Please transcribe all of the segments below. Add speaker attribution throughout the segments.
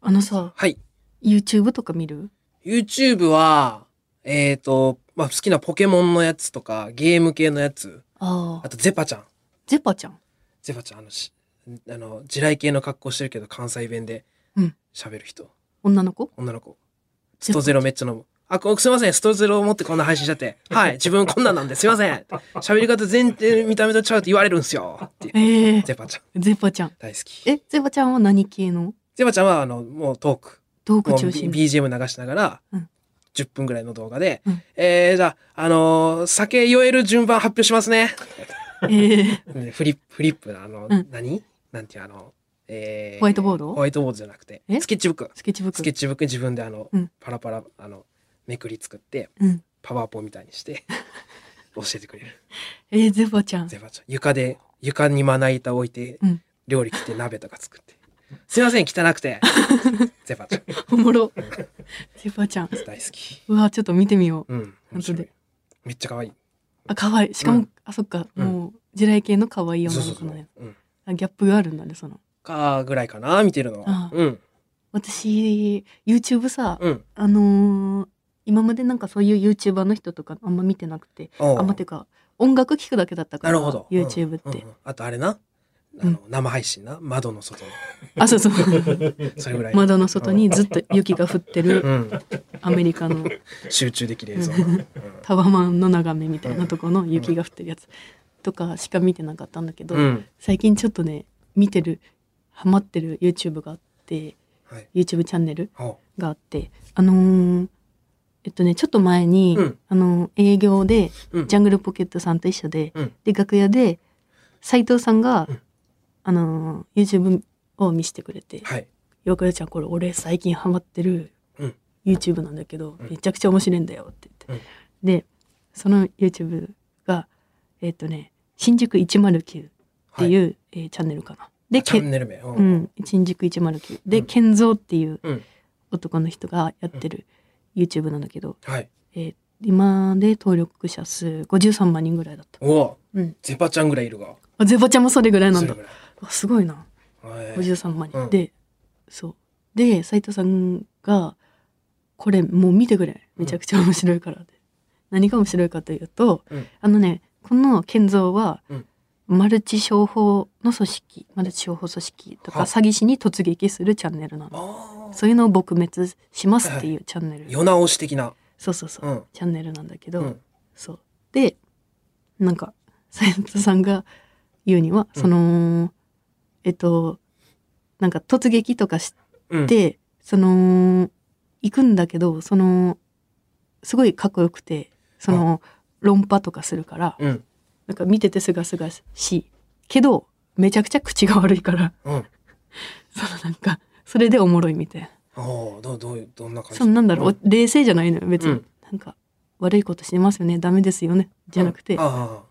Speaker 1: あのさ、
Speaker 2: はい。
Speaker 1: YouTube とか見る
Speaker 2: YouTube は、えっ、と、まあ、好きなポケモンのやつとか、ゲーム系のやつ、
Speaker 1: あ
Speaker 2: あ
Speaker 1: あ。
Speaker 2: とゼパちゃん。
Speaker 1: ゼパちゃん。
Speaker 2: ゼパちゃん、あの、しあの地雷系の格好してるけど、関西弁で
Speaker 1: うん
Speaker 2: 喋る人、
Speaker 1: 女の子
Speaker 2: 女の子。ストゼロめっちゃ飲む。あ、こすいません、ストゼロ持ってこんな配信しちゃって。はい、自分こんなんなんですいません。喋り方全然見た目と違うって言われるんすよ。っていう
Speaker 1: ええ
Speaker 2: ゼパちゃん、
Speaker 1: ゼパちゃん。
Speaker 2: 大好き。
Speaker 1: え、ゼパちゃんは何系の
Speaker 2: ゼパちゃんは、あの、もうトーク。
Speaker 1: トーク
Speaker 2: もう
Speaker 1: 中
Speaker 2: B-
Speaker 1: 心
Speaker 2: BGM 流しながら
Speaker 1: うん、
Speaker 2: 10分ぐらいの動画で、
Speaker 1: うん
Speaker 2: えー、じゃあ、あのー酒酔える順番発表しますね。
Speaker 1: ええ
Speaker 2: でフリップ、フリップのあの、
Speaker 1: うん
Speaker 2: 何なんていうあの、えー、
Speaker 1: ホワイトボード
Speaker 2: ホワイトボードじゃなくて、
Speaker 1: え
Speaker 2: スケッチブック。
Speaker 1: スケッチブック。
Speaker 2: スケッチブックに自分であの、
Speaker 1: うん
Speaker 2: パラパラ、あの、めくり作って、
Speaker 1: うん。
Speaker 2: パワーポみたい にして、教えてくれる。
Speaker 1: ええゼパちゃん。
Speaker 2: ゼバちゃん。床で、床にまな板置いて、
Speaker 1: うん
Speaker 2: 料理切って鍋とか作って。すいません、汚 くて。ゼバちゃん。
Speaker 1: おもろ。ゼパちゃん。
Speaker 2: 大好き。
Speaker 1: うわ、ちょっと見てみよう。
Speaker 2: うん。面
Speaker 1: 本当
Speaker 2: 白
Speaker 1: で
Speaker 2: い。めっちゃ可愛い。
Speaker 1: あ、可愛い。しかも、
Speaker 2: うん
Speaker 1: あ、そっか。
Speaker 2: うん
Speaker 1: もう、地雷系の可愛い
Speaker 2: そ
Speaker 1: 女の
Speaker 2: うそう
Speaker 1: 子
Speaker 2: そ
Speaker 1: の
Speaker 2: う
Speaker 1: ね。
Speaker 2: うん。
Speaker 1: あギャップがあるんだね、その。
Speaker 2: かぐらいかな見てるの
Speaker 1: あ
Speaker 2: は。
Speaker 1: あ
Speaker 2: うん。
Speaker 1: 私、YouTube さ、
Speaker 2: うん。
Speaker 1: あのー今までなんかそういう YouTuber の人とかあんま見てなくて、
Speaker 2: おう
Speaker 1: あんまていうか、音楽聴くだけだったか
Speaker 2: な
Speaker 1: ら、
Speaker 2: るほど。
Speaker 1: YouTube って。
Speaker 2: うんうんうんあとあれな。あの生配信な窓の外の
Speaker 1: あ、そうそう。
Speaker 2: それぐらい、
Speaker 1: 窓の外にずっと雪が降って
Speaker 2: う
Speaker 1: る
Speaker 2: ん、
Speaker 1: アメリカの
Speaker 2: 集中できる映像が、うん
Speaker 1: タワマンの眺めみたいなとこの雪が降ってるやつとかしか見てなかったんだけど、
Speaker 2: うん
Speaker 1: 最近ちょっとね、見てる、ハマってる YouTube があって、
Speaker 2: はい、
Speaker 1: YouTube チャンネル
Speaker 2: お
Speaker 1: があって、あのーえっとね、ちょっと前に、
Speaker 2: うん
Speaker 1: あのー営業で、
Speaker 2: うん
Speaker 1: ジャングルポケットさんと一緒で、
Speaker 2: うん
Speaker 1: で楽屋で斉藤さんが、
Speaker 2: うん
Speaker 1: あのー YouTube を見せてくれて
Speaker 2: はい
Speaker 1: 「よくよちゃんこれ俺最近ハマってる
Speaker 2: うん
Speaker 1: YouTube なんだけど、
Speaker 2: うん
Speaker 1: めちゃくちゃ面白いんだよ」って言って、でその YouTube がえっ、とね「新宿109」っていう、えーチャンネルかな。で
Speaker 2: チャ
Speaker 1: け
Speaker 2: ンネル名う
Speaker 1: うん、新宿109で、
Speaker 2: うん
Speaker 1: ケンゾーっていう
Speaker 2: うん
Speaker 1: 男の人がやってる YouTube なんだけど、
Speaker 2: はい
Speaker 1: えー今で登録者数53万人ぐらいだった。
Speaker 2: おお
Speaker 1: うん、
Speaker 2: ゼパちゃんぐらいいるが
Speaker 1: あゼバちゃんもそれぐらいなん
Speaker 2: それ
Speaker 1: だ
Speaker 2: ぐらい
Speaker 1: あすごいな
Speaker 2: はい
Speaker 1: 53万人、
Speaker 2: うん
Speaker 1: でそうで斉藤さんが「これもう見てくれめちゃくちゃ面白いから」って何が面白いかというと、
Speaker 2: うん
Speaker 1: あのねこの健三は、
Speaker 2: うん
Speaker 1: マルチ商法の組織マルチ商法組織とか
Speaker 2: は
Speaker 1: 詐欺師に突撃するチャンネルなの
Speaker 2: ああ
Speaker 1: そういうのを撲滅しますっていうチャンネル、
Speaker 2: 世直し的な
Speaker 1: そうそうそう、
Speaker 2: うん
Speaker 1: チャンネルなんだけど、
Speaker 2: うん
Speaker 1: そうでなんか斉藤さんが言うには、
Speaker 2: うん
Speaker 1: そのえっとなんか突撃とかし
Speaker 2: うん
Speaker 1: て、その行くんだけどそのすごいかっこよくてその論破とかするから
Speaker 2: うん
Speaker 1: なんか見ててすがすがしいけどめちゃくちゃ口が悪いから
Speaker 2: うん
Speaker 1: そのなんかそれでおもろいみたいな
Speaker 2: おおどうどういうどんな感じ
Speaker 1: そのなんだろう、冷静じゃないのよ別に、
Speaker 2: うん
Speaker 1: なんか悪いことしてますよねダメですよねじゃなくて、
Speaker 2: うんあ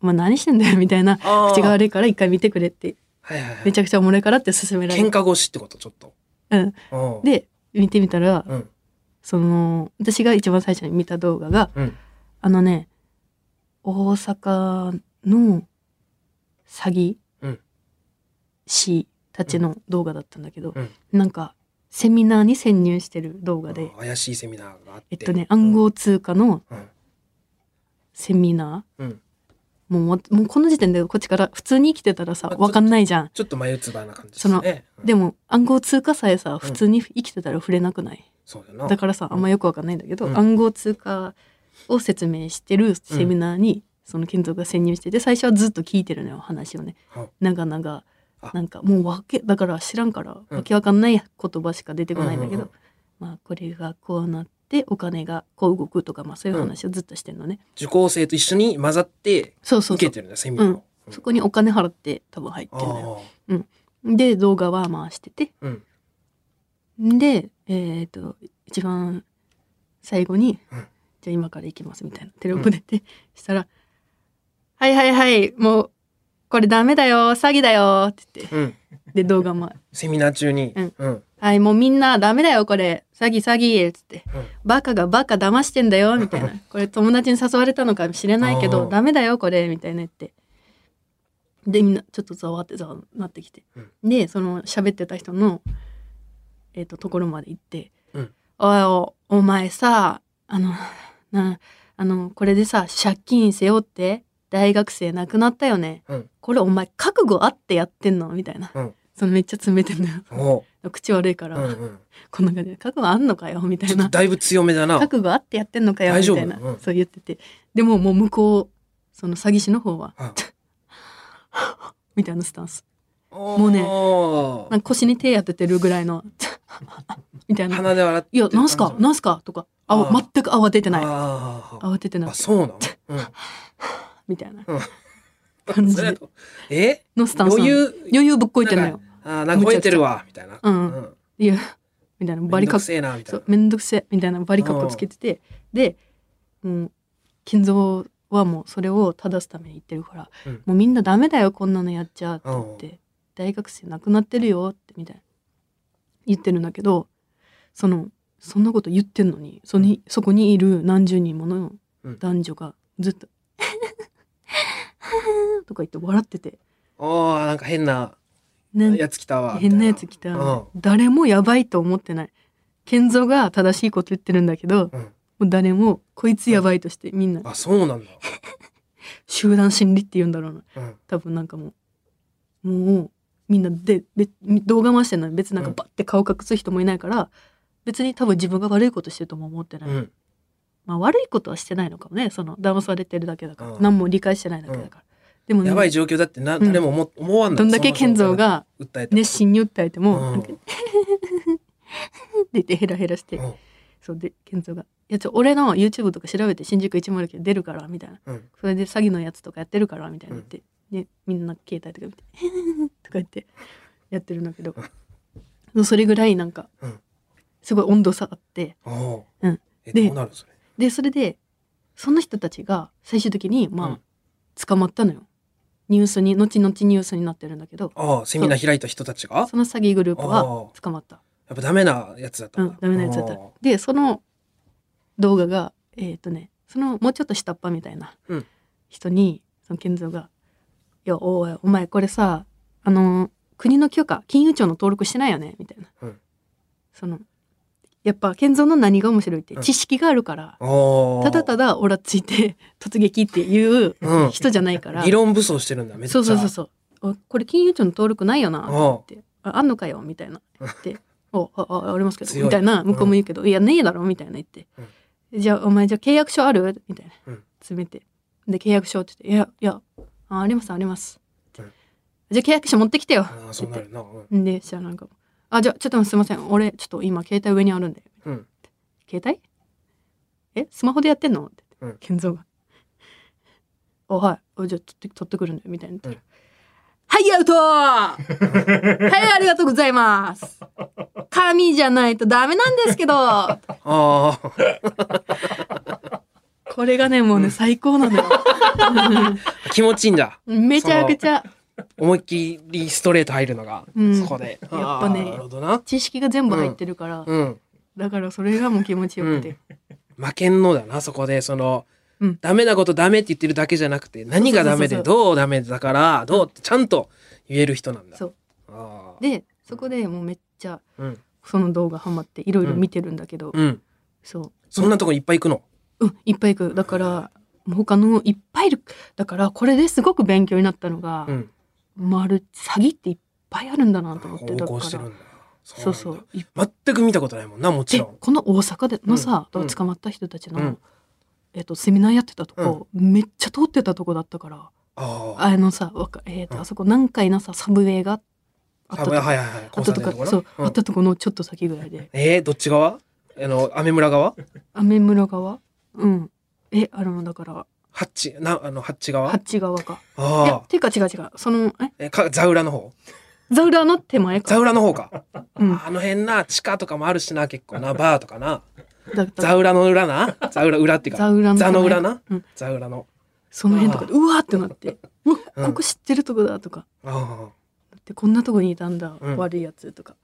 Speaker 1: まあ何してんだよみたいな
Speaker 2: あああ
Speaker 1: 口が悪いから一回見てくれって
Speaker 2: はいはいはい
Speaker 1: めちゃくちゃおもろいからって勧められ
Speaker 2: 喧
Speaker 1: て、
Speaker 2: 嘩腰ってことちょっと
Speaker 1: うん、
Speaker 2: おう
Speaker 1: で見てみたら
Speaker 2: うん
Speaker 1: その私が一番最初に見た動画が
Speaker 2: うん
Speaker 1: あのね大阪の詐
Speaker 2: う
Speaker 1: 欺
Speaker 2: ん
Speaker 1: 師たちの動画だったんだけど、
Speaker 2: うん
Speaker 1: なんかセミナーに潜入してる動画で、
Speaker 2: 怪しいセミナーがあって
Speaker 1: えっとね暗号通貨の
Speaker 2: うん
Speaker 1: セミナ
Speaker 2: うん
Speaker 1: ーもうもうこの時点でこっちから普通に生きてたらさ
Speaker 2: あちょ
Speaker 1: わかんないじゃん
Speaker 2: ちょっと眉唾な感じですねうん
Speaker 1: でも暗号通貨さえさ普通に生きてたら触れなくない、
Speaker 2: そうだな
Speaker 1: だからさあんまよくわかんないんだけど、
Speaker 2: うん
Speaker 1: 暗号通貨を説明してるセミナーに、その金属が潜入してて最初はずっと聞いてるのよ話をね
Speaker 2: はい
Speaker 1: 長々
Speaker 2: あ
Speaker 1: なんかもうわけだから知らんから、
Speaker 2: うん
Speaker 1: わけわかんない言葉しか出てこないんだけど、
Speaker 2: うんうんうん
Speaker 1: まあこれがこうなってお金がこう動くとかまあそういう話をずっとしてるのね、
Speaker 2: 受講生と一緒に混ざって
Speaker 1: そうそうそ
Speaker 2: 受け
Speaker 1: う
Speaker 2: てるんだセミナーをうん
Speaker 1: そこにお金払って多分入ってるのよ
Speaker 2: あ
Speaker 1: で動画は回してて
Speaker 2: あうん
Speaker 1: で、えっ、と、一番最後に、
Speaker 2: うん
Speaker 1: じゃあ今から行きますみたいなテレポ出て、したら、はいはいはい、もう、これダメだよ、詐欺だよって言って、
Speaker 2: うん
Speaker 1: で、動画も、
Speaker 2: セミナー中に
Speaker 1: うん
Speaker 2: うん
Speaker 1: はい、もうみんなダメだよ、これ、詐欺詐欺っつって、
Speaker 2: うん
Speaker 1: バカがバカ騙してんだよ、みたいな。これ友達に誘われたのかもしれないけ
Speaker 2: あ
Speaker 1: ど、
Speaker 2: ー
Speaker 1: ダメだよ、これ、みたいな言って。で、みんなちょっとざわってざわなってきて。
Speaker 2: うん
Speaker 1: で、その喋ってた人の、えっとところまで行って「
Speaker 2: うん
Speaker 1: おいおお前さあのなあのこれでさ借金背負って大学生亡くなったよね、
Speaker 2: うん
Speaker 1: これお前覚悟あってやってんの?」みたいな、
Speaker 2: うん
Speaker 1: そのめっちゃ詰めてんのよ
Speaker 2: おう
Speaker 1: 口悪いか
Speaker 2: う
Speaker 1: ら、
Speaker 2: んうん。
Speaker 1: こんな感じで「覚悟あんのかよ」みた
Speaker 2: ち
Speaker 1: い
Speaker 2: ょっと
Speaker 1: な
Speaker 2: だいぶ強めだな。
Speaker 1: 覚悟あってやってんのかよ
Speaker 2: 大
Speaker 1: み
Speaker 2: 丈夫
Speaker 1: たいな、
Speaker 2: うん
Speaker 1: そう言っててでももう向こうその詐欺師の方は
Speaker 2: うん
Speaker 1: みたいなスタンス
Speaker 2: も
Speaker 1: うねな
Speaker 2: ね
Speaker 1: んか腰に手当ててるぐらいのみたいな
Speaker 2: 鼻で笑っ
Speaker 1: 「いやなんすか
Speaker 2: っ
Speaker 1: なんすか」とかあわ
Speaker 2: あー
Speaker 1: 全く慌てて
Speaker 2: て
Speaker 1: ない
Speaker 2: あー
Speaker 1: 慌ててない
Speaker 2: あ、そうなのうん
Speaker 1: みたいな
Speaker 2: うん
Speaker 1: 感じ
Speaker 2: それ
Speaker 1: で
Speaker 2: だとえ
Speaker 1: のスタンスな
Speaker 2: 余
Speaker 1: の
Speaker 2: 裕、
Speaker 1: 余裕ぶっこいてんのよ
Speaker 2: あーなんか吠えてるわ、みたいな。
Speaker 1: うん
Speaker 2: うん
Speaker 1: いやみたいなバリ
Speaker 2: めんど
Speaker 1: カ
Speaker 2: くせえな、みたい
Speaker 1: そ
Speaker 2: な
Speaker 1: う。めんどくせえみたいなバリカッコつけててでもう金蔵はもうそれを正すために言ってるから、
Speaker 2: うん
Speaker 1: もうみんなダメだよこんなのやっちゃって言っ
Speaker 2: う
Speaker 1: て大学生亡くなってるよってみたいな言ってるんだけどそのそんなこと言ってんのにそにそこにいる何十人もの
Speaker 2: うん
Speaker 1: 男女がずっと 「とか言って笑ってて
Speaker 2: ああ、なんか変な
Speaker 1: なん
Speaker 2: やつ来たわ。みたい
Speaker 1: 変なやつ来た、
Speaker 2: うん
Speaker 1: 誰もやばいと思ってない健三が正しいこと言ってるんだけど、
Speaker 2: うん
Speaker 1: もう誰もこいつやばいとしてみんな
Speaker 2: あ、そうなんだ。
Speaker 1: 集団心理って言うんだろうな
Speaker 2: うん
Speaker 1: 多分なんかもうもうみんなでべ動画回してるのに別になんか
Speaker 2: うん
Speaker 1: バッて顔隠す人もいないから、別に多分自分が悪いことしてるとも思ってない、
Speaker 2: うん。
Speaker 1: まあ悪いことはしてないのかもねその騙されてるだけだから、
Speaker 2: うん
Speaker 1: 何も理解してないだけだから、でもね
Speaker 2: やばい状況だってな、
Speaker 1: うん
Speaker 2: 誰も思思わんの
Speaker 1: どんだけ健三が
Speaker 2: その状態で訴え
Speaker 1: 熱心に訴えて
Speaker 2: た。
Speaker 1: も、
Speaker 2: う
Speaker 1: なんんか って言ってヘラヘラして、
Speaker 2: うん
Speaker 1: そうで健三が「いやちょ俺の YouTube とか調べて新宿109出るから」みたいな
Speaker 2: うん
Speaker 1: それで詐欺のやつとかやってるからみたいな言って、でみんな携帯とか見て「とか言ってやってるんだけどそれぐらいなんか
Speaker 2: うん
Speaker 1: すごい温度差あって
Speaker 2: お
Speaker 1: う
Speaker 2: うん
Speaker 1: ん。
Speaker 2: え、
Speaker 1: で
Speaker 2: どうなるそれ。
Speaker 1: でそれでその人たちが最終的に
Speaker 2: う
Speaker 1: ま
Speaker 2: ん
Speaker 1: あ捕まったのよニュースに後々ニュースになってるんだけど
Speaker 2: ああ、セミナー開いた人たちが
Speaker 1: その詐欺グループ
Speaker 2: あ
Speaker 1: は
Speaker 2: あ。
Speaker 1: 捕まった
Speaker 2: やっぱダメなやつだった
Speaker 1: うんん
Speaker 2: だ。、
Speaker 1: ダメなやつだった
Speaker 2: おー。
Speaker 1: で、その動画が、えっ、とね、そのもうちょっと下っ端みたいな
Speaker 2: うん
Speaker 1: 人に、その健三が、いや、おい、お前これさ、あのー国の許可、金融庁の登録してないよね、みたいな。
Speaker 2: うん
Speaker 1: その、やっぱ健三の何が面白いって、
Speaker 2: うん
Speaker 1: 知識があるから、
Speaker 2: おー
Speaker 1: ただただオラついて突撃っていう
Speaker 2: うん
Speaker 1: 人じゃない から、
Speaker 2: 議論武装してるんだめっちゃ
Speaker 1: そうそうそうそう。おこれ金融庁の登録ないよな、
Speaker 2: あ
Speaker 1: って「ああんのかよ」みたいな言 って「おああありますけど」
Speaker 2: 強い
Speaker 1: みたいな向こうも言うけど「いやねえだろ」みたいな言って「じゃあお前じゃあ契約書ある?」みたいな
Speaker 2: うん
Speaker 1: 詰めてで契約書って言って「いやいやあありますあります」って
Speaker 2: うん
Speaker 1: じゃあ契約書持ってきてよ」
Speaker 2: ああ
Speaker 1: って
Speaker 2: そう
Speaker 1: 言
Speaker 2: な
Speaker 1: っ
Speaker 2: るなうん
Speaker 1: てんでしたらなんか「あじゃあちょっとすいません俺ちょっと今携帯上にあるんで
Speaker 2: うん
Speaker 1: 携帯えスマホでやってんの?」って
Speaker 2: うん
Speaker 1: 健三が「おはいおじゃあ取って取ってくるんで」みたいな言ったら
Speaker 2: うん
Speaker 1: はいア ウトはいありがとうございます紙じゃないとダメなんですけど
Speaker 2: ああ
Speaker 1: これがねもうね最高なのよ
Speaker 2: 気持ちいいんだ
Speaker 1: めちゃくちゃ
Speaker 2: 思いっきりストレート入るのが
Speaker 1: うん
Speaker 2: そこでや
Speaker 1: やっぱね
Speaker 2: なるほどな
Speaker 1: 知識が全部入ってるから、
Speaker 2: うん
Speaker 1: だからそれがもう気持ちよくて、
Speaker 2: 負けんのだなそこでその
Speaker 1: うん
Speaker 2: ダメなことダメって言ってるだけじゃなくて何がダメで
Speaker 1: そう
Speaker 2: どうダメだからどうってちゃんと言える人なんだ
Speaker 1: そう
Speaker 2: ああ
Speaker 1: でそこでもうめっちゃ
Speaker 2: うん
Speaker 1: その動画ハマっていろいろ見てるんだけど、
Speaker 2: うん
Speaker 1: そう
Speaker 2: そんなとこいっぱい行くの
Speaker 1: うん、いっぱい行く。だから、他のいっぱいいる。だから、これですごく勉強になったのが、
Speaker 2: うん
Speaker 1: まる詐欺っていっぱいあるんだなと思って。
Speaker 2: 横
Speaker 1: だか
Speaker 2: 行
Speaker 1: ら、
Speaker 2: してるんだ
Speaker 1: そう
Speaker 2: な
Speaker 1: そ
Speaker 2: んだ
Speaker 1: う。いっ
Speaker 2: 全く見たことないもんなもち
Speaker 1: で
Speaker 2: ろん、
Speaker 1: この大阪でのさ、
Speaker 2: うん
Speaker 1: 捕まった人たちの、
Speaker 2: うん
Speaker 1: えっと、セミナーやってたとこ、めっちゃ通ってたとこだったから、
Speaker 2: ああ
Speaker 1: あのさ、わかえっ、と、
Speaker 2: うん
Speaker 1: あそこ何回なさ、サブウェイがあった
Speaker 2: あ
Speaker 1: と
Speaker 2: はい
Speaker 1: こ、
Speaker 2: はいはい
Speaker 1: あ
Speaker 2: 交
Speaker 1: ったと
Speaker 2: 差点
Speaker 1: か
Speaker 2: のとこな
Speaker 1: そう、
Speaker 2: うん
Speaker 1: あったとこのちょっと先ぐらいで、
Speaker 2: えー、どっち側あの、雨村側
Speaker 1: 雨村川うん。え、あの、だから、
Speaker 2: ハッチ、な、あの、ハッチ側あ
Speaker 1: 八ッチ川か。いや
Speaker 2: あ、。
Speaker 1: ていうか違う違う。その、え
Speaker 2: え、か、ザウラの方
Speaker 1: ザウラーの手前か。
Speaker 2: ザウラの方か。
Speaker 1: うん。
Speaker 2: あの辺な、地下とかもあるしな、結構な、バーとかな。
Speaker 1: だから
Speaker 2: ザウラの裏な。ザウラ、裏っていうか。
Speaker 1: ザウラの
Speaker 2: ザの裏な
Speaker 1: うん。
Speaker 2: ザウラの。
Speaker 1: その辺とかで、うわーってなって、うわ、
Speaker 2: うん
Speaker 1: ここ知ってるとこだとか、
Speaker 2: ああ。
Speaker 1: だってこんなとこにいたんだ、
Speaker 2: うん
Speaker 1: 悪いやつとか。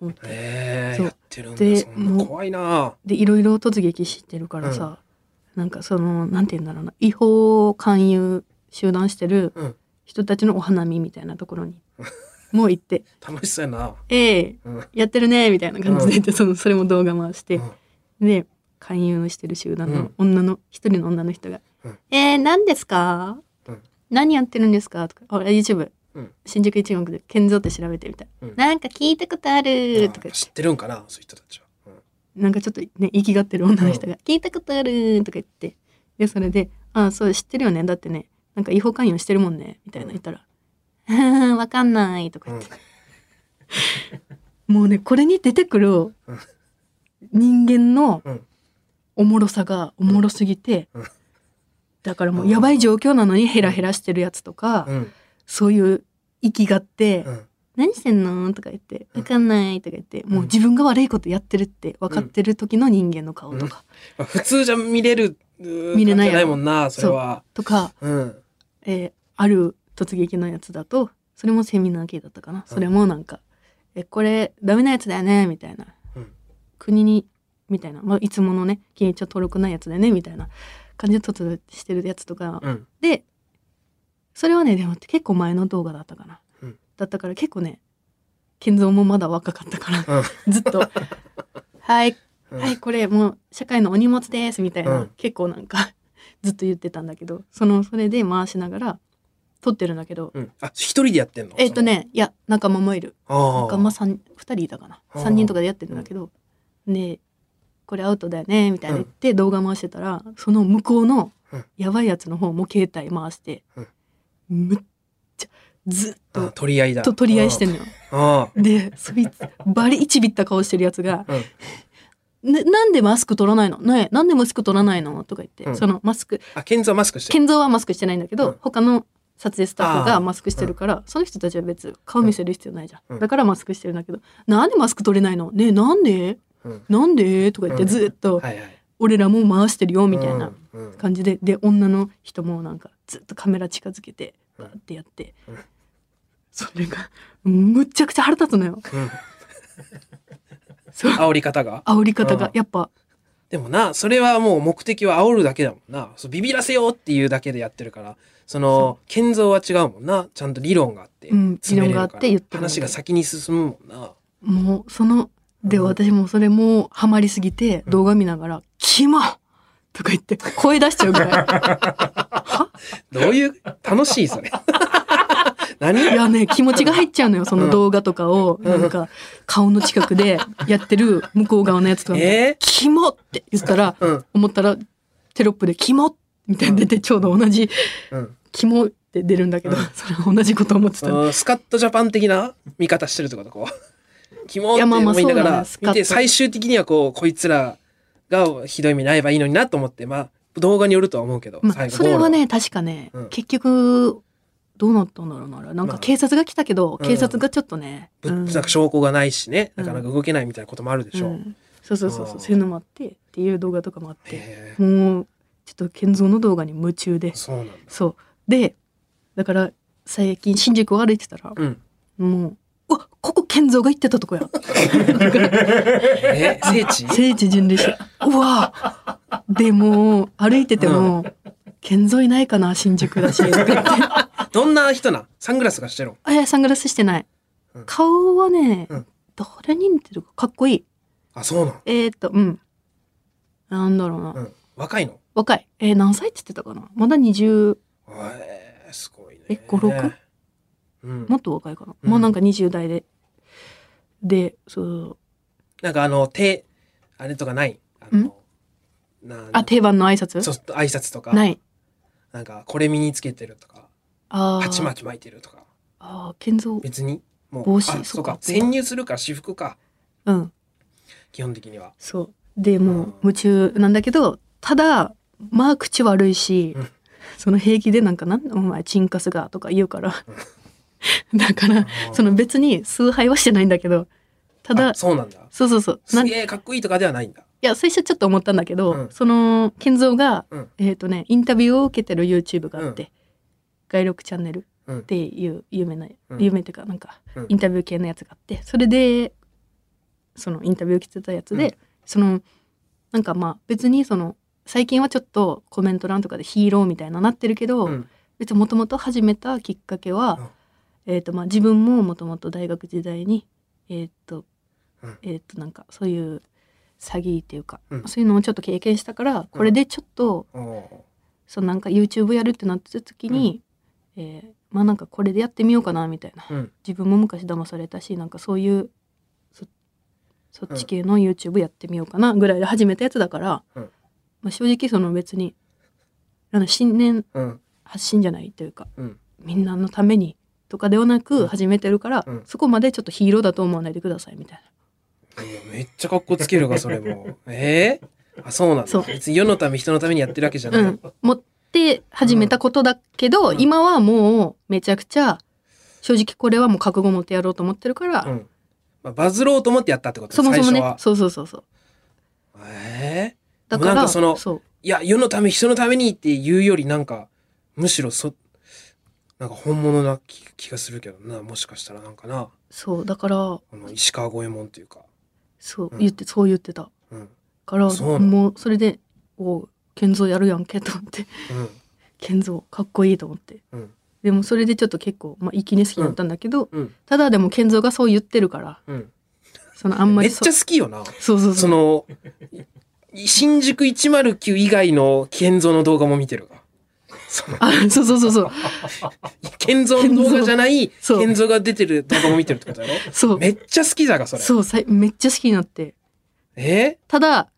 Speaker 1: 思って
Speaker 2: ええ
Speaker 1: そう
Speaker 2: やってるんだ。
Speaker 1: で
Speaker 2: そんな
Speaker 1: もう
Speaker 2: 怖いな。
Speaker 1: で、いろいろ突撃してるからさ、なんかその、なんて言うんだろうな、違法勧誘集団してる
Speaker 2: うん
Speaker 1: 人たちのお花見みたいなところにもう行って
Speaker 2: 楽しそうやな。
Speaker 1: 「ええ
Speaker 2: うん。
Speaker 1: やってるね」みたいな感じで言って、そのそれも動画回して、で勧誘してる集団の女の一、人の女の人が「
Speaker 2: うん
Speaker 1: えー、何ですか
Speaker 2: うん
Speaker 1: 何やってるんですか?」とか「俺 YouTube、
Speaker 2: うん
Speaker 1: 新宿一目で健三って調べてみたいな、
Speaker 2: うん
Speaker 1: なんか聞いたことあ
Speaker 2: うん
Speaker 1: る」とか言って
Speaker 2: 知ってるんかな、そういう人たちは。
Speaker 1: なんかちょっとね言いきがってる女の人が「聞いたことある」とか言ってでそれで「ああそう知ってるよねだってねなんか違法勧誘してるもんね」みたいな言ったら「うーん わかんない」とか
Speaker 2: うん。う
Speaker 1: 言っ
Speaker 2: ん
Speaker 1: て、もうねこれに出てくる
Speaker 2: うん
Speaker 1: 人間の
Speaker 2: うん
Speaker 1: おもろさがおもろすぎて、
Speaker 2: うん
Speaker 1: だからもうやばい状況なのにヘラヘラしてるやつとか、
Speaker 2: うん。
Speaker 1: そういう息があって「
Speaker 2: うん。
Speaker 1: 何してんの?」とか言って「
Speaker 2: うん
Speaker 1: わかんない」とか言って、もううん自分が悪いことやってるって分かってる時の人間の顔とか、
Speaker 2: まあ普通じゃ見れる、見
Speaker 1: 見れないやろ
Speaker 2: ないもんな、それは。
Speaker 1: とか、
Speaker 2: うん。
Speaker 1: えーある突撃のやつだとそれもセミナー系だったかな、それもなんか「えこれダメなやつだよね」みたいな
Speaker 2: うん
Speaker 1: 国にみたいな、まあ、いつものね金一応登録ないやつだよねみたいな感じで突入してるやつとか、
Speaker 2: うん。
Speaker 1: でそれはねでも結構前の動画だったかな、
Speaker 2: うん
Speaker 1: だったから結構ね健三もまだ若かったから
Speaker 2: う ん。
Speaker 1: ずっ と「はい
Speaker 2: うん
Speaker 1: はいこれもう社会のお荷物です」みたいな、
Speaker 2: うん
Speaker 1: 結構なんか ずっと言ってたんだけどそのそれで回しながら撮ってるんだけど、
Speaker 2: うん。あ、一人でやってんの
Speaker 1: えっと。ねいや仲間もいる
Speaker 2: そのああ。
Speaker 1: 仲間三2人いたかな
Speaker 2: あー
Speaker 1: 3人とかでやってるんだけどで「これアウトだよね」みたいな言って動画回してたらその向こうの
Speaker 2: うん
Speaker 1: やばいやつの方も携帯回して
Speaker 2: うん
Speaker 1: むっちゃずっ
Speaker 2: ああ
Speaker 1: と
Speaker 2: 取り合いだ。
Speaker 1: と取り合いしてんのよ。
Speaker 2: あ
Speaker 1: でそいつバリいちびった顔してるやつが
Speaker 2: あ。うん。
Speaker 1: ななんでマスク取らないのねなんでマスク取らないのとか言って、
Speaker 2: うん
Speaker 1: そのマスク
Speaker 2: あ、ケンゾはマスクしてる。
Speaker 1: 健三はマスクしてないんだけど、
Speaker 2: うん
Speaker 1: 他の撮影スタッフ
Speaker 2: あー
Speaker 1: がマスクしてるから、その人たちは別に顔見せる必要ないじゃん、
Speaker 2: うん
Speaker 1: だからマスクしてるんだけど「なんでマスク取れないのねなんで
Speaker 2: うん。
Speaker 1: なんで?」とか言って
Speaker 2: うん
Speaker 1: ずっと
Speaker 2: はいはい。
Speaker 1: 「俺らもう回してるよ」みたいな
Speaker 2: うん。うん
Speaker 1: 感じでで女の人もなんかずっとカメラ近づけて
Speaker 2: うん
Speaker 1: バーってやって、
Speaker 2: うん
Speaker 1: それがむちゃくちゃ腹立つのよ。
Speaker 2: うん
Speaker 1: そう
Speaker 2: 煽り方が
Speaker 1: 煽り方が
Speaker 2: うん
Speaker 1: やっぱ
Speaker 2: でもな、それはもう目的は煽るだけだもんな。そうビビらせようっていうだけでやってるから、その、建造は違うもんな。ちゃんと理論があって。
Speaker 1: うん
Speaker 2: 詰めれるから
Speaker 1: 理論があって言ってるんで
Speaker 2: 話が先に進むもんな。
Speaker 1: もうそので
Speaker 2: うん
Speaker 1: 私もそれもハマりすぎて動画見ながら「キモ!」とか言って声出しちゃうぐらい
Speaker 2: どういう、楽しい それ。何
Speaker 1: いやね気持ちが入っちゃうのよその動画とかを
Speaker 2: うん
Speaker 1: なんか顔の近くでやってる向こう側のやつとか「
Speaker 2: え
Speaker 1: キモ!」って言ったら
Speaker 2: ー、うん、
Speaker 1: 思ったらテロップで「キモ!」みたいに出てちょうど同じ
Speaker 2: うん
Speaker 1: 「キモ!」って出るんだけど
Speaker 2: うん
Speaker 1: それは同じこと思って
Speaker 2: そ
Speaker 1: たの
Speaker 2: の。スカットジャパン的な見方してるってこと こう。キモって思いなが
Speaker 1: いやまあま
Speaker 2: ら
Speaker 1: あ、そうだね
Speaker 2: 見て
Speaker 1: スカット
Speaker 2: 最終的にはこう、こいつらがひどい目に遭えばいいのになと思って、まあ、動画によるとは思うけど、
Speaker 1: ま
Speaker 2: 最
Speaker 1: あ、
Speaker 2: 後
Speaker 1: それはね確かね、
Speaker 2: うん
Speaker 1: 結局どうなったんだろうなあれなん
Speaker 2: ま
Speaker 1: か
Speaker 2: あ
Speaker 1: 警察が来たけど、
Speaker 2: うん
Speaker 1: 警察がちょっとね、
Speaker 2: ゴー
Speaker 1: うん
Speaker 2: ルはぶっなんか証拠がないしね、
Speaker 1: う
Speaker 2: なんかなか動けないみたいなこともあるでしょ
Speaker 1: う
Speaker 2: う。
Speaker 1: ん、そうそうそうそううんそういうのもあってっていう動画とかもあって
Speaker 2: へ
Speaker 1: もうちょっと健三の動画に夢中で
Speaker 2: え、そうなんだ。
Speaker 1: そうでだから最近新宿を歩いてたら
Speaker 2: うん。
Speaker 1: もう「うわここ健三が行ってたとこや」
Speaker 2: えー、聖地
Speaker 1: 聖地巡礼して「うわでも歩いてても「健三いないかな新宿 だし」とか言って
Speaker 2: どんな人なんサングラスがしてるの
Speaker 1: あいやサングラスしてない
Speaker 2: うん
Speaker 1: 顔はね、
Speaker 2: うん
Speaker 1: 誰に似てるかかっこいい
Speaker 2: あ、そうなん。
Speaker 1: えー、っとうんなんだろうな、
Speaker 2: うん。若いの
Speaker 1: 若いえー何歳って言ってたかなまだ20
Speaker 2: えー、すごいね。
Speaker 1: え五六
Speaker 2: うん
Speaker 1: も。っと若いかな、
Speaker 2: うん
Speaker 1: まあなんか20代ででそう
Speaker 2: なんかあの、手、あれとかないあの、なん
Speaker 1: あ定番の挨拶
Speaker 2: そう、挨拶とか。
Speaker 1: ない
Speaker 2: なんか、これ身につけてるとか、
Speaker 1: あー
Speaker 2: 鉢巻き巻いてるとか、
Speaker 1: あー健三
Speaker 2: 別に、もう、
Speaker 1: 帽子
Speaker 2: あ
Speaker 1: そ
Speaker 2: そう
Speaker 1: う
Speaker 2: か
Speaker 1: か、
Speaker 2: 潜入するから私服か、
Speaker 1: うん
Speaker 2: 基本的に は。
Speaker 1: そうでも
Speaker 2: うん
Speaker 1: う夢中なんだけどただまあ口悪いし、
Speaker 2: うん
Speaker 1: その平気でなんか「なんお前チンカスが」とか言うから、 だからその別に崇拝はしてないんだけどただ
Speaker 2: あそうなんだ。
Speaker 1: そうそうそう
Speaker 2: す
Speaker 1: なんい
Speaker 2: げえかっこいいとかではないんだ。
Speaker 1: や最初ちょっと思ったんだけど、
Speaker 2: うん
Speaker 1: その健三が、
Speaker 2: うん
Speaker 1: えっ、とねインタビューを受けてる YouTube があって、外録チャンネル
Speaker 2: うん
Speaker 1: っていう有名な、
Speaker 2: うん
Speaker 1: 有名っていうかなんか
Speaker 2: うん
Speaker 1: インタビュー系のやつがあってそれでそのインタビュー来てたやつで、
Speaker 2: うん
Speaker 1: そのなんかまあ別にその最近はちょっとコメント欄とかでヒーローみたいななってるけど、
Speaker 2: うん
Speaker 1: 別にもともと始めたきっかけは、えーとまあ、自分ももともと大学時代にえっ、と、
Speaker 2: うん
Speaker 1: えっ、となんかそういう詐欺っていうか、
Speaker 2: うん
Speaker 1: そういうのをちょっと経験したからこれでちょっと、
Speaker 2: おお
Speaker 1: そのなんか YouTube やるってなってた時に、えーまあなんかこれでやってみようかなみたいな、
Speaker 2: ー。うん。
Speaker 1: 自分も昔騙されたしなんかそういうそそっち系の YouTube やってみようかなぐらいで始めたやつだから、
Speaker 2: うん
Speaker 1: まあ、正直その別にあの新年
Speaker 2: うん。
Speaker 1: 発信じゃないというか
Speaker 2: うん。
Speaker 1: みんなのためにとかではな
Speaker 2: うん
Speaker 1: く始めてるから、
Speaker 2: うん
Speaker 1: そこまでちょっとヒーローだと思わないでくださいみたい
Speaker 2: いやめっちゃ格好つけるが、それも。えー、あ、そうなん
Speaker 1: そ
Speaker 2: だ。
Speaker 1: う
Speaker 2: 別に世のため、人のためにやってるわけじゃ
Speaker 1: な、
Speaker 2: な
Speaker 1: う
Speaker 2: い。
Speaker 1: ん、持って始めたことだけど、
Speaker 2: うん
Speaker 1: 今はもうめちゃくちゃ正直これはもう覚悟持ってやろうと思ってるから、
Speaker 2: うんまあ、バズろうと思ってやったってこと
Speaker 1: そもそも
Speaker 2: 最
Speaker 1: ね
Speaker 2: 初
Speaker 1: そうそうそうそう
Speaker 2: は。え
Speaker 1: だから
Speaker 2: なんかその
Speaker 1: そう
Speaker 2: ー、いや、世のため、人のためにって言うより、なんか、むしろそ、なんか本物な気気がするけどな、もしかしたらなんかな、
Speaker 1: そうだから
Speaker 2: あの石川五右衛門っていうか。
Speaker 1: そう、
Speaker 2: うん
Speaker 1: 言ってそう言ってた
Speaker 2: うん。
Speaker 1: から
Speaker 2: そうなの
Speaker 1: もうそれで「おう健三やるやんけ」と思って 「健三かっこいい」と思って
Speaker 2: うん。うん。
Speaker 1: でもそれでちょっと結構まあ息ね好きになったんだけど、
Speaker 2: うん。
Speaker 1: ただでも健三がそう言ってるから
Speaker 2: うん。
Speaker 1: そのあんま
Speaker 2: め
Speaker 1: り
Speaker 2: っちゃ好きよな。
Speaker 1: そそうそうそ
Speaker 2: そうの、い新宿109以外の健三の動画も見てるが。 その、
Speaker 1: あそうそうそうそう
Speaker 2: 健三の動画じゃない、
Speaker 1: そう
Speaker 2: 健三が出てる動画も見てるってことだろ
Speaker 1: そう
Speaker 2: めっちゃ好きだが、それ。
Speaker 1: そうさいめっちゃ好きになって
Speaker 2: え
Speaker 1: ただ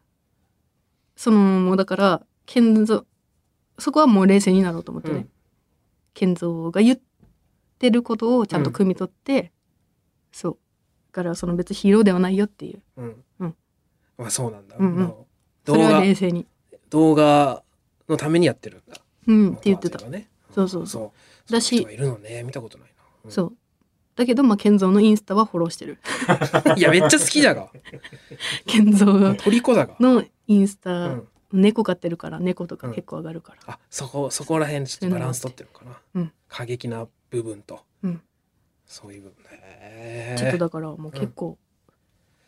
Speaker 1: そのもうだから健三そこはもう冷静になろうと思ってね、
Speaker 2: うん
Speaker 1: 健三が言ってることをちゃんと汲み取って、そうだからその別にヒーローではないよっていう
Speaker 2: うん。
Speaker 1: うん
Speaker 2: まあそうなんだ。
Speaker 1: うんうん
Speaker 2: まあ
Speaker 1: そ
Speaker 2: 動
Speaker 1: れは
Speaker 2: 画
Speaker 1: 冷、静に
Speaker 2: 動画のためにやってるんだ。
Speaker 1: うんって言ってた
Speaker 2: まあね。
Speaker 1: そうそうそう
Speaker 2: そう。
Speaker 1: だ
Speaker 2: そう
Speaker 1: し
Speaker 2: いう人がいるのね、見たことないな。うん
Speaker 1: そうだけどまあ健三のインスタはフォローしてる
Speaker 2: いや、めっちゃ好きだが。
Speaker 1: 健三
Speaker 2: 虜だが。
Speaker 1: のインスタ、
Speaker 2: うん。
Speaker 1: 猫飼ってるから猫とか結構上がるから、
Speaker 2: あ、そこ、そこら辺ちょっとバランス取ってるのかな。
Speaker 1: うん
Speaker 2: 過激な部分と。
Speaker 1: うん
Speaker 2: そういう部分ね。
Speaker 1: ちょっとだからもう結構、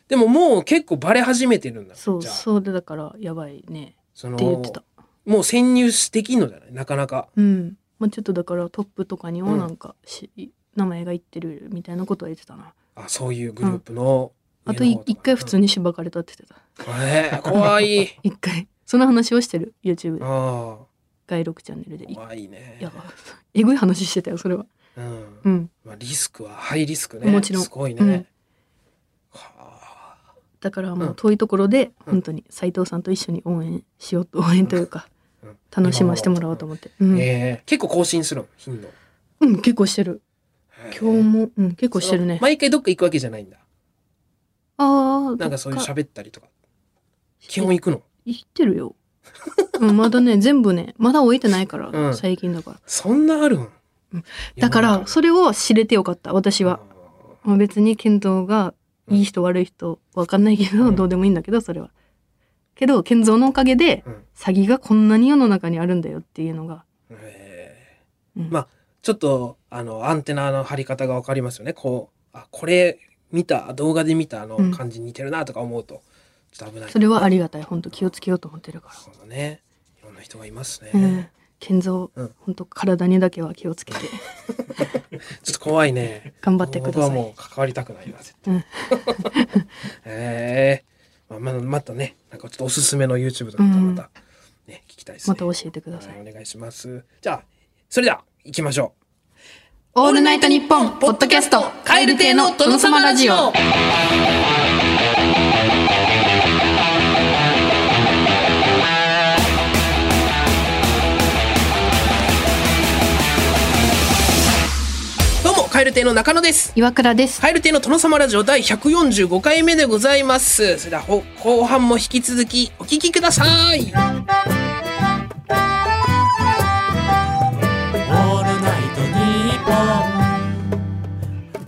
Speaker 2: でももう結構バレ始めてるんだ。
Speaker 1: そう
Speaker 2: じゃあ
Speaker 1: そうでだからやばいね
Speaker 2: そ
Speaker 1: って言ってた
Speaker 2: の、もう潜入しできんのじゃないなかなか。
Speaker 1: うん、まあ、ちょっとだからトップとかに
Speaker 2: う
Speaker 1: は
Speaker 2: ん
Speaker 1: なんかし、名前がいってるみたいなことは言ってたな
Speaker 2: あ、そういうグループの
Speaker 1: あ
Speaker 2: 上
Speaker 1: と
Speaker 2: の
Speaker 1: い
Speaker 2: 方か。
Speaker 1: 一回普通にしばかれたって言ってた
Speaker 2: うん。えー怖い。
Speaker 1: 一回その話をしてる YouTube で
Speaker 2: ああ。
Speaker 1: 外録チャンネルでい
Speaker 2: 怖いね。
Speaker 1: やば えぐい話してたよそれは
Speaker 2: うん。
Speaker 1: うん
Speaker 2: まあリスクはハイリスクね。
Speaker 1: もちろん
Speaker 2: すごい
Speaker 1: うん
Speaker 2: ね。はあ
Speaker 1: だから
Speaker 2: う
Speaker 1: も
Speaker 2: ん
Speaker 1: う遠いところで
Speaker 2: うん
Speaker 1: 本当に斉藤さんと一緒に応援しようと応援というか
Speaker 2: うん
Speaker 1: 楽しませてもらおうと思ってう
Speaker 2: うん
Speaker 1: ん、
Speaker 2: えー結構更新するの頻度。
Speaker 1: うん、結構してる今日
Speaker 2: も
Speaker 1: もうん結構してるね
Speaker 2: 毎回どっか行くわけじゃないんだ。
Speaker 1: ああ
Speaker 2: なんかそういう
Speaker 1: どっ
Speaker 2: 喋ったりとか。基本行くの。
Speaker 1: 行ってるよ、うん、まだね全部ねまだ置いてないから、
Speaker 2: うん
Speaker 1: 最近だから
Speaker 2: そんなあるん
Speaker 1: うん。だからそれを知れてよかった私
Speaker 2: れ
Speaker 1: は、。まあ、別に健三がいい人悪い人わかんないけど、
Speaker 2: うん
Speaker 1: どうでもいいんだけどそれはけど健三のおかげで
Speaker 2: うん
Speaker 1: 詐欺がこんなに世の中にあるんだよっていうのが、
Speaker 2: え
Speaker 1: うん
Speaker 2: まあーちょっとあのアンテナの張り方がわかりますよね。こうあこれ見た動画で見たあの
Speaker 1: うん
Speaker 2: 感じに似てるなとか思うとちょっと危ない。
Speaker 1: それはありがたい本当気をつけようと思ってるか
Speaker 2: そうだね。いろんな人がいますね。
Speaker 1: ら、うん、健三、
Speaker 2: うん
Speaker 1: 本当体にだけは気をつけて
Speaker 2: ちょっと怖いね。
Speaker 1: 頑張ってください
Speaker 2: 僕はもう関わりたくないな、絶対。
Speaker 1: うん
Speaker 2: ええまあ、ままたね、なんかちょっとおすすめの YouTube とかまたまた、ね、聞きたいです
Speaker 1: ま
Speaker 2: ね。
Speaker 1: た教えてください、
Speaker 2: はいお願いします。じゃあ、それでは、行きましょう。
Speaker 1: オールナイトニッポンポッドキャストカエル亭の殿様ラジオ
Speaker 2: どうも、カエル亭の中野です。
Speaker 1: 岩倉です
Speaker 2: カエル亭の殿様ラジオ第145回目でございます。それではほ後半も引き続きお聞きください。
Speaker 3: オールナイトニッ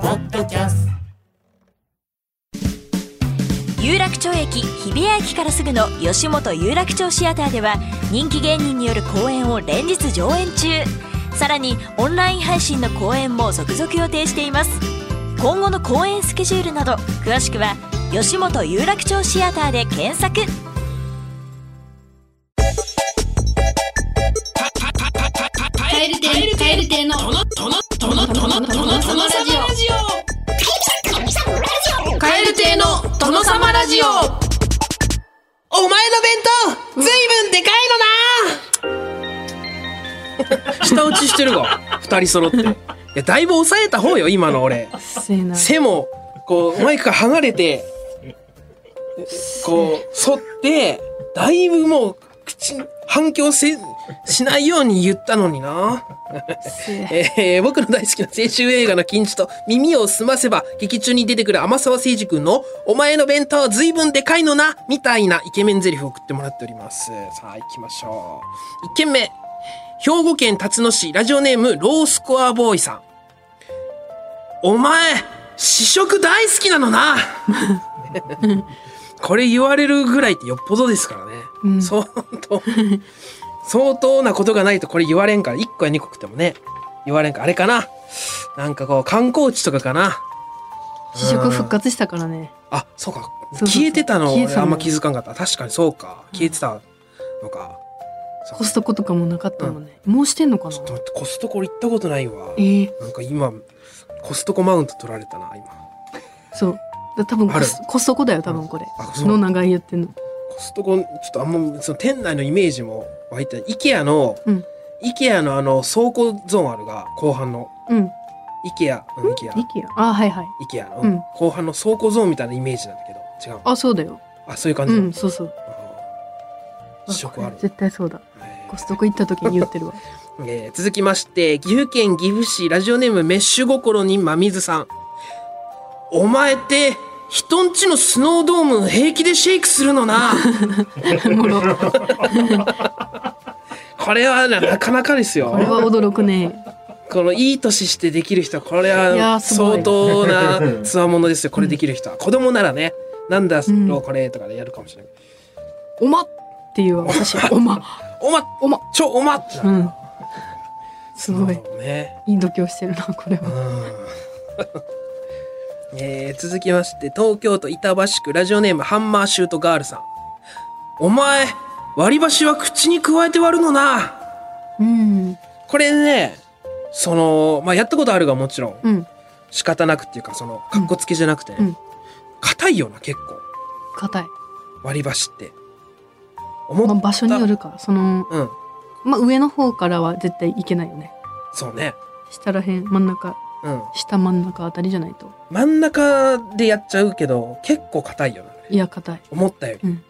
Speaker 3: ポン」ポッドキャスト
Speaker 4: 有楽町駅日比谷駅からすぐの吉本有楽町シアターでは人気芸人による公演を連日上演中さらにオンライン配信の公演も続々予定しています今後の公演スケジュールなど詳しくは吉本有楽町シアターで検索
Speaker 5: カエル亭の、カエル亭の、
Speaker 2: 殿カエル亭の殿様ラジオお前の弁当ずいぶんでかいのな下打ちしてるわ二人揃っていやだいぶ抑えた方よ今の俺
Speaker 1: うっせえな
Speaker 2: 背もこうマイクから離れてこう反ってだいぶもう口反響せしないように言ったのにな えー僕の大好きな青春映画の金字と耳を澄ませば劇中に出てくる天沢誠二君のお前の弁当随分でかいのなみたいなイケメン台詞を送ってもらっております。さあ行きましょう。1件目。兵庫県辰野市ラジオネームロースコアボーイさん。お前、試食大好きな のなこれ言われるぐらいってよっぽどですからね。
Speaker 1: うん
Speaker 2: 相当、相当なことがないとこれ言われんから、1個や2個食ってもね、言われんから、あれかな。なんかこう、観光地とかかな。
Speaker 1: 試食復活したからね
Speaker 2: あ、そうか。
Speaker 1: そうそうそう
Speaker 2: 消えてたの
Speaker 1: 消えて
Speaker 2: 俺
Speaker 1: たの
Speaker 2: あんま気づかんかった。確かにそうか。消えてたのか。
Speaker 1: コストコとかもなかったもんね、もうしてんのかな
Speaker 2: ちょっと待って、コストコ俺行ったことないわ
Speaker 1: え。ー、
Speaker 2: なんか今、コストコマウント取られたな、今。
Speaker 1: そうだ多分コス
Speaker 2: あ
Speaker 1: コストコだよ多分これ、
Speaker 2: あそう
Speaker 1: の長い言ってんの
Speaker 2: コストコ、ちょっとあんま、その店内のイメージも湧いて、イケアの、
Speaker 1: うん
Speaker 2: イケアのあの、倉庫ゾーンあるが、後半の。
Speaker 1: うん
Speaker 2: イケア、うん、イケア。
Speaker 1: イケアあはいはい
Speaker 2: イケアの、
Speaker 1: うん
Speaker 2: 後半の倉庫ゾーンみたいなイメージなんだけど、違う。あ、
Speaker 1: あそうだよ
Speaker 2: そういう感
Speaker 1: う
Speaker 2: じなの、
Speaker 1: んそうそう
Speaker 2: あー試食ある。
Speaker 1: 絶対そうだ
Speaker 2: えー
Speaker 1: コストコ行った時に言ってるわ
Speaker 2: えー続きまして、岐阜県岐阜市ラジオネームメッシュ心にまみずさん。お前って、人んちのスノードーム平気でシェイクするの な。
Speaker 1: もろこ
Speaker 2: これはななかなかですよ。
Speaker 1: れは驚くね
Speaker 2: このいい年してできる人はこれ
Speaker 1: いや
Speaker 2: は
Speaker 1: ーすご
Speaker 2: 相
Speaker 1: い
Speaker 2: 当なつわものですよこれできる人は子供ならねなんだ
Speaker 1: ん
Speaker 2: ろうこれとかでやるかもしれない
Speaker 1: おまっていうわ私お ま
Speaker 2: おま
Speaker 1: おま
Speaker 2: ちょおまって
Speaker 1: う
Speaker 2: なる
Speaker 1: んすごい
Speaker 2: ね
Speaker 1: いい度胸してるなこれは
Speaker 2: えー続きまして東京都板橋区ラジオネームハンマーシュートガールさんお前割り箸は口に加えて割るのな
Speaker 1: うん
Speaker 2: これねそのまあやったことあるがもちろん
Speaker 1: うん
Speaker 2: 仕方なくっていうかそのかっこつけじゃなくてね
Speaker 1: うん
Speaker 2: 硬いよな結構
Speaker 1: 硬い
Speaker 2: 割り箸って思った、
Speaker 1: まあ場所によるかその
Speaker 2: うん
Speaker 1: まあ上の方からは絶対行けないよね
Speaker 2: そうね
Speaker 1: 下らへん真ん中
Speaker 2: うん
Speaker 1: 下真ん中あたりじゃないと
Speaker 2: 真ん中でやっちゃうけど結構硬いよなあれ
Speaker 1: いや硬い
Speaker 2: 思ったより、
Speaker 1: うん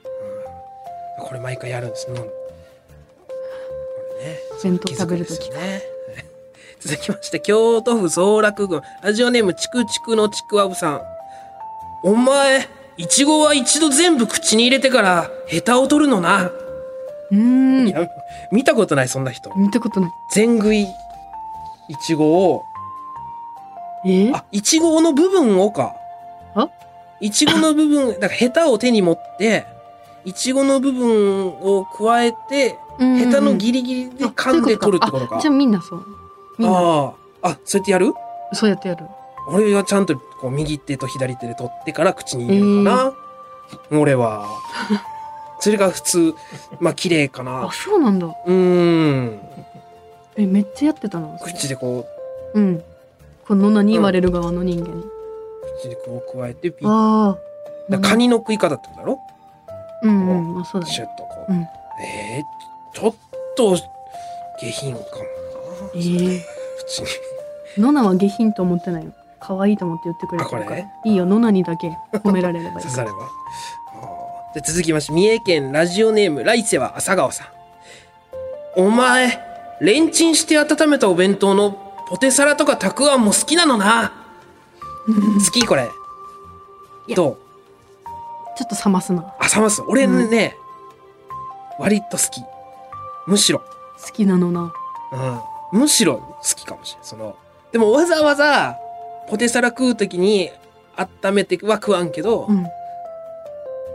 Speaker 2: これ毎回やるんです飲んこれね
Speaker 1: 弁当食べると
Speaker 2: 気づ
Speaker 1: き
Speaker 2: くんですよね 続きまして京都府総楽郡ラジオネームちくちくのちくわぶさんお前いちごは一度全部口に入れてからヘタを取るのな、
Speaker 1: うーん
Speaker 2: いや見たことないそんな人
Speaker 1: 見たことない
Speaker 2: 全食いいちごを
Speaker 1: え
Speaker 2: あ、いちごの部分をか。
Speaker 1: あ
Speaker 2: いちごの部分、だからヘタを手に持って、いちごの部分を加えて、
Speaker 1: うん
Speaker 2: ヘタのギリギリで噛んで取るってことか。
Speaker 1: あそういうあじゃあみんなそうみんな
Speaker 2: ああ、あ、そうやってやる
Speaker 1: そうやってやる
Speaker 2: 俺はちゃんとこう右手と左手で取ってから口に入れるかな。俺は。それが普通、まあ綺麗か
Speaker 1: あ
Speaker 2: な。
Speaker 1: そうなんだ
Speaker 2: うーん。
Speaker 1: えめっちゃやってたなそれ
Speaker 2: 口でこ
Speaker 1: うんこの何言われる側の人間、
Speaker 2: う、口でこう加えて、ピッ。
Speaker 1: ああ
Speaker 2: だからカニの食い方ってことだろ
Speaker 1: うんうんまあそうだ
Speaker 2: シュ
Speaker 1: ね
Speaker 2: ッとこう。
Speaker 1: うん
Speaker 2: えー、ちょっと下品かもな。
Speaker 1: えー、
Speaker 2: 普通に。
Speaker 1: ノナは下品と思ってないよ可愛いと思って言ってくれてる
Speaker 2: あ
Speaker 1: か
Speaker 2: こ
Speaker 1: ら
Speaker 2: れ
Speaker 1: いいよノナにだけ褒められれ ばいい
Speaker 2: 刺されば。あーで続きまして、三重県ラジオネーム、来世は朝顔さん。お前、レンチンして温めたお弁当のポテサラとかたくあんも好きなのな。好きこれ
Speaker 1: い。や
Speaker 2: どう
Speaker 1: ちょっと冷ますな好
Speaker 2: あ、冷ます。俺ね、割と好き。むしろ。
Speaker 1: きなのな
Speaker 2: うん、むしろ好きかもしれんそのでもわざわざポテサラ食う時に温めては食わんけど、
Speaker 1: うん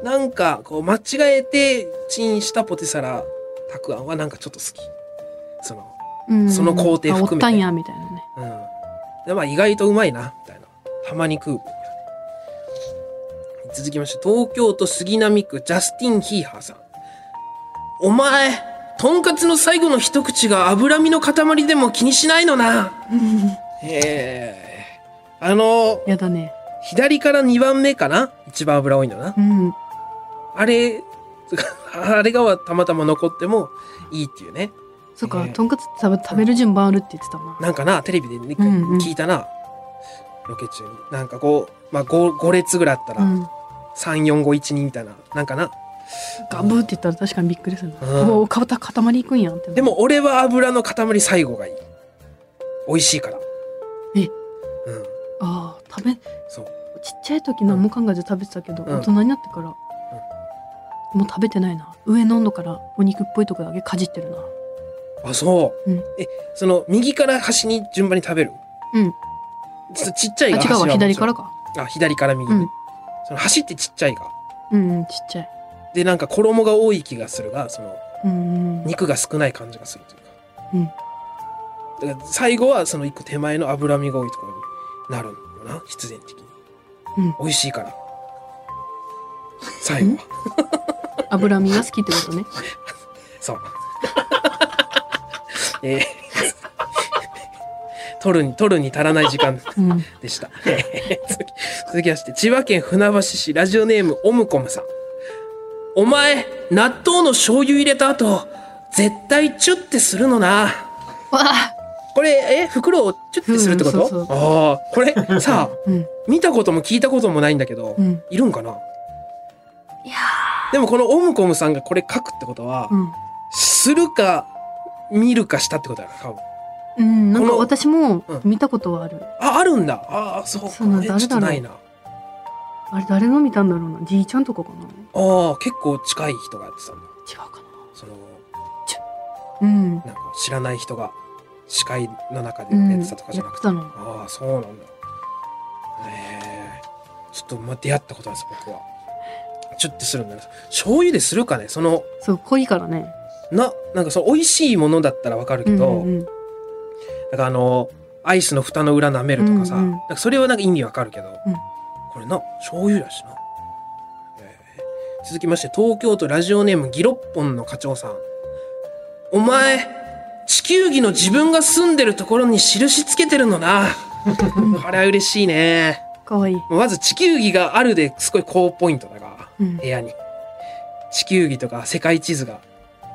Speaker 2: なんかこう間違えてチンしたポテサラたくあんはなんかちょっと好きその、
Speaker 1: うん
Speaker 2: その工程含め
Speaker 1: あ
Speaker 2: て
Speaker 1: おったんやみたいなね
Speaker 2: うん、でまあ意外とうまいなみたいなたまに食う続きまして東京都杉並区ジャスティン・ヒーハーさんお前とんかつの最後の一口が脂身の塊でも気にしないのなえー、あの、
Speaker 1: やだね。
Speaker 2: 左から2番目かな一番油多いのな。
Speaker 1: うん。
Speaker 2: あれ、あれがはたまたま残ってもいいっていうね。
Speaker 1: そっか、
Speaker 2: ね
Speaker 1: とんかつって食べ食べる順番あるって言ってたな。
Speaker 2: なんかな、テレビで、ね
Speaker 1: うんうん
Speaker 2: 聞いたな。ロケ中に。なんかこう、まあ5、5列ぐらいあったら、
Speaker 1: うん。
Speaker 2: 3、4、5、1、2みたいな。なんかな。
Speaker 1: ガブって言ったら確かにびっくりするな。
Speaker 2: うん
Speaker 1: おお、かた塊いくんやんって。
Speaker 2: で、も俺は油の塊最後がいい。美味しいから。
Speaker 1: え
Speaker 2: うん。
Speaker 1: ああ、食べ、ちっ
Speaker 2: そう。
Speaker 1: ちゃい時何も考えず食べてたけど、
Speaker 2: うん
Speaker 1: 大人になってから、もう食べてないな。上の温度からお肉っぽいとこだけかじってるな。
Speaker 2: あ、そう。
Speaker 1: うん
Speaker 2: え、その、右から端に順番に食べる
Speaker 1: うん。
Speaker 2: ちょっとちっちゃい
Speaker 1: あ、
Speaker 2: が
Speaker 1: 違う
Speaker 2: 端は
Speaker 1: わ、
Speaker 2: もちろん
Speaker 1: 左からか。
Speaker 2: あ、左から右、ね
Speaker 1: うん
Speaker 2: その、端ってちっちゃいが。
Speaker 1: うん、うん、ちっちゃい。
Speaker 2: で、なんか衣が多い気がするが、その、
Speaker 1: うん、うん。
Speaker 2: 肉が少ない感じがするというか。
Speaker 1: う
Speaker 2: うん。だから最後はその一個手前の脂身が多いところになるんだよな、必然的に。
Speaker 1: うん
Speaker 2: 美味しいから。最後は。
Speaker 1: 脂身が好きってことね。
Speaker 2: そう。 えー、取るに、取るに足らない時間
Speaker 1: うん。
Speaker 2: でした。えー続き続きまして、千葉県船橋市ラジオネームオムコムさん。お前、納豆の醤油入れた後、絶対チュッてするのな。
Speaker 1: わあ、
Speaker 2: これ、え、袋をチュッてするってこと、
Speaker 1: うんそうそ
Speaker 2: ああ、これ、さあ、
Speaker 1: うん、
Speaker 2: 見たことも聞いたこともないんだけど、
Speaker 1: うん、
Speaker 2: いるんかない
Speaker 4: や
Speaker 2: でもこのオムコムさんがこれ書くってことは、
Speaker 1: うん。
Speaker 2: するか、見るかしたってことだな、多分。
Speaker 1: うん、なん
Speaker 2: こ
Speaker 1: か
Speaker 2: の
Speaker 1: 私も
Speaker 2: うん
Speaker 1: 見たことはある。
Speaker 2: あ、あるんだ。ああ、そう
Speaker 1: そうなんだ
Speaker 2: えちょっ
Speaker 1: 誰だろ
Speaker 2: と
Speaker 1: う
Speaker 2: ないな。
Speaker 1: あれ誰が見たんだろうな。じいちゃんとかかな。違
Speaker 2: ああ、結構近い人がやってたんだ。
Speaker 1: うか
Speaker 2: その、
Speaker 1: な。うん。
Speaker 2: なんか知らない人が司会の中
Speaker 1: う
Speaker 2: でや
Speaker 1: ん。
Speaker 2: っ
Speaker 1: や
Speaker 2: てたとかじゃな
Speaker 1: って
Speaker 2: くて、
Speaker 1: たの。
Speaker 2: ああそうなんだへえちょっとま出会ったことないです僕はチュッてするんだな醤油でするかねその
Speaker 1: そう、濃いからね。
Speaker 2: ななんかその美味しいものだったらわかる
Speaker 1: う
Speaker 2: け
Speaker 1: んう
Speaker 2: ど、
Speaker 1: んうん。
Speaker 2: なんかあのアイスの蓋の裏舐めるとかさ、
Speaker 1: うんうん
Speaker 2: なんかそれはなんか意味わかるけど、
Speaker 1: うん
Speaker 2: これな醤油だしな、えー続きまして東京都ラジオネームギロッポンの課長さんお前地球儀の自分が住んでるところに印つけてるのな これは嬉しいね
Speaker 1: かわいい。
Speaker 2: まず地球儀があるですごい高ポイントだが
Speaker 1: うん
Speaker 2: 部。屋に地球儀とか世界地図が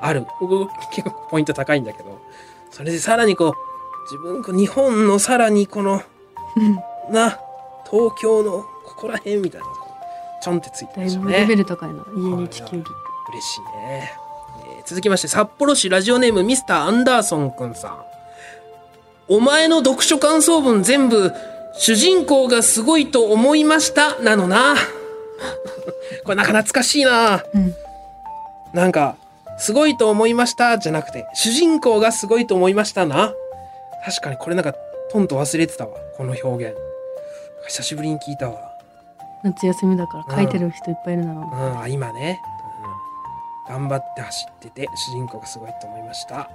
Speaker 2: ある僕結構ポイント高いんだけどそれでさらにこう自分こう日本のさらにこの
Speaker 1: うん
Speaker 2: な東京のここら辺みたいなとこちょんってついて
Speaker 1: だ
Speaker 2: ま
Speaker 1: い
Speaker 2: した
Speaker 1: ぶレベ
Speaker 2: ね
Speaker 1: ル高いな。家に地球儀。
Speaker 2: 嬉しいね、えー続きまして札幌市ラジオネームミスターアンダーソンくんさんお前の読書感想文全部主人公がすごいと思いましたなのな これなんか懐かしいな
Speaker 1: うん。
Speaker 2: なんか、すごいと思いましたじゃなくて、主人公がすごいと思いましたな。確かにこれなんか、とんと忘れてたわ。この表現。久しぶりに聞いたわ。
Speaker 1: 夏休みだから書いてる人いっぱいいるだろう
Speaker 2: う
Speaker 1: な。
Speaker 2: ん、あ今ね、うん。頑張って走ってて、主人公がすごいと思いました。こ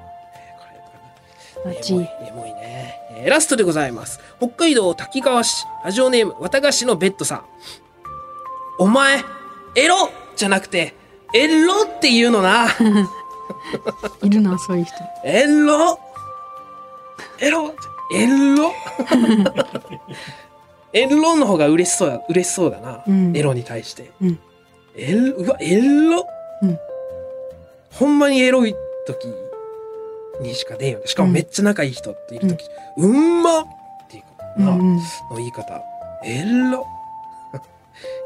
Speaker 2: れ
Speaker 1: ナ
Speaker 2: エ
Speaker 1: チ
Speaker 2: モい、エモいね。えーラストでございます。北海道滝川市、ラジオネーム、わたがしのベッドさん。お前、エロじゃなくて、エロって言うのな。
Speaker 1: いるな、そういう人。
Speaker 2: エロエロエ ロエロの方が嬉しそうだ嬉しそうだな、
Speaker 1: うん
Speaker 2: エロに対して、
Speaker 1: うん
Speaker 2: エロうわエロ、
Speaker 1: うん
Speaker 2: ほんまにエロい時にしか出んよねしかも
Speaker 1: うん
Speaker 2: めっちゃ仲いい人っている時、うん、まっていう
Speaker 1: う
Speaker 2: な、
Speaker 1: んうん。
Speaker 2: の言い方エロ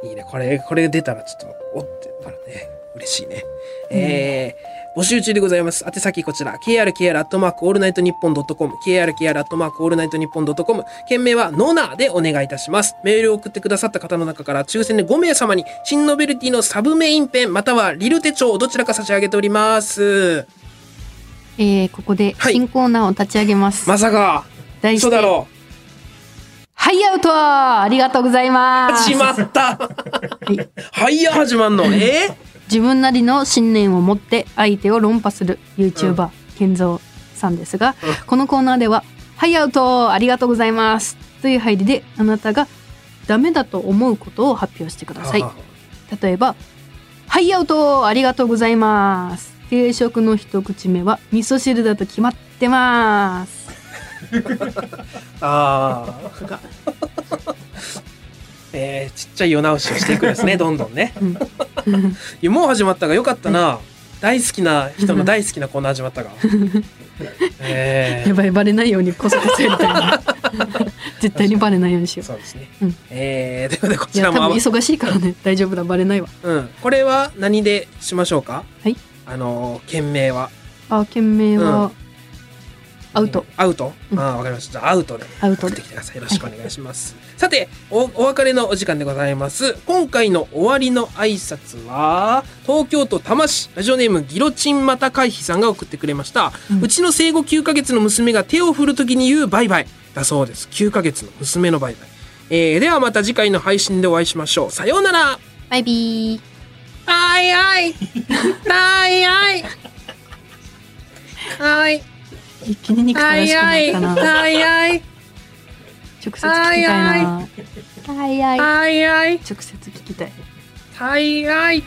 Speaker 2: いいねこれこれ出たらちょっとおってなるね嬉しいね、えー募集中でございます宛先こちら krkr アットマークオールナイトニッポンドットコム krkr アットマークオールナイトニッポンドットコム件名はノナでお願いいたしますメールを送ってくださった方の中から抽選で5名様に新ノベルティのサブメインペンまたはリル手帳どちらか差し上げております
Speaker 1: えー、ここで
Speaker 2: はい
Speaker 1: 新コーナーを立ち上げます。
Speaker 2: まさか
Speaker 1: 題
Speaker 2: 嘘
Speaker 1: して
Speaker 2: だろ
Speaker 1: ハイアウトありがとうございます。
Speaker 2: 始まった
Speaker 1: はい
Speaker 2: はいや始まんのえー
Speaker 1: 自分なりの信念を持って相手を論破する YouTuber、ケンゾーさんですが、このコーナーでは「ハイアウトありがとうございます」という入りであなたがダメだと思うことを発表してください
Speaker 2: あ。
Speaker 1: 例えば「ハイアウトありがとうございます」定食の一口目は味噌汁だと決まってます。
Speaker 2: ああ。 えー、ちっちゃい世直しをしていくんで すね、どんどんね。
Speaker 1: うん
Speaker 2: いやもう始まったがよかったな。大好きな人の大好きなコーナー始 まったが。えー
Speaker 1: やばいバレないようにこそこそやりたい な絶対にバレないようにしよう
Speaker 2: そうですね。
Speaker 1: うん
Speaker 2: えー、ということでこ
Speaker 1: い
Speaker 2: ち
Speaker 1: や
Speaker 2: ら
Speaker 1: 多
Speaker 2: も合
Speaker 1: 分
Speaker 2: わせ、
Speaker 1: 忙しいからね大丈夫だバレないわ
Speaker 2: うん、これは何でしましょうか。
Speaker 1: はい。
Speaker 2: あのー件名は
Speaker 1: あ件名は、アウト、。
Speaker 2: アウト。
Speaker 1: うん
Speaker 2: ああわかりました。じゃあアウトで。
Speaker 1: アウト
Speaker 2: 送って
Speaker 1: で
Speaker 2: きてください。よろしくお願いします。さてお、お別れのお時間でございます。今回の終わりの挨拶は、東京都多摩市、ラジオネームギロチンまた回避さんが送ってくれました。う
Speaker 1: うん
Speaker 2: ちの生後9ヶ月の娘が手を振るときに言うバイバイ。だそうです。9ヶ月の娘のバイバイ。えー、ではまた次回の配信でお会いしましょう。さようなら
Speaker 1: バイビー
Speaker 2: あいあいあいあいあい
Speaker 1: 一気に憎た
Speaker 2: あ
Speaker 1: らし
Speaker 2: い
Speaker 1: く
Speaker 2: あ
Speaker 1: なっ
Speaker 2: い
Speaker 1: たな直
Speaker 2: あいあい
Speaker 1: 接聞きたいな
Speaker 2: あいあい
Speaker 1: はいはい
Speaker 2: あいあい
Speaker 1: 直接聞きたい
Speaker 2: はいはい。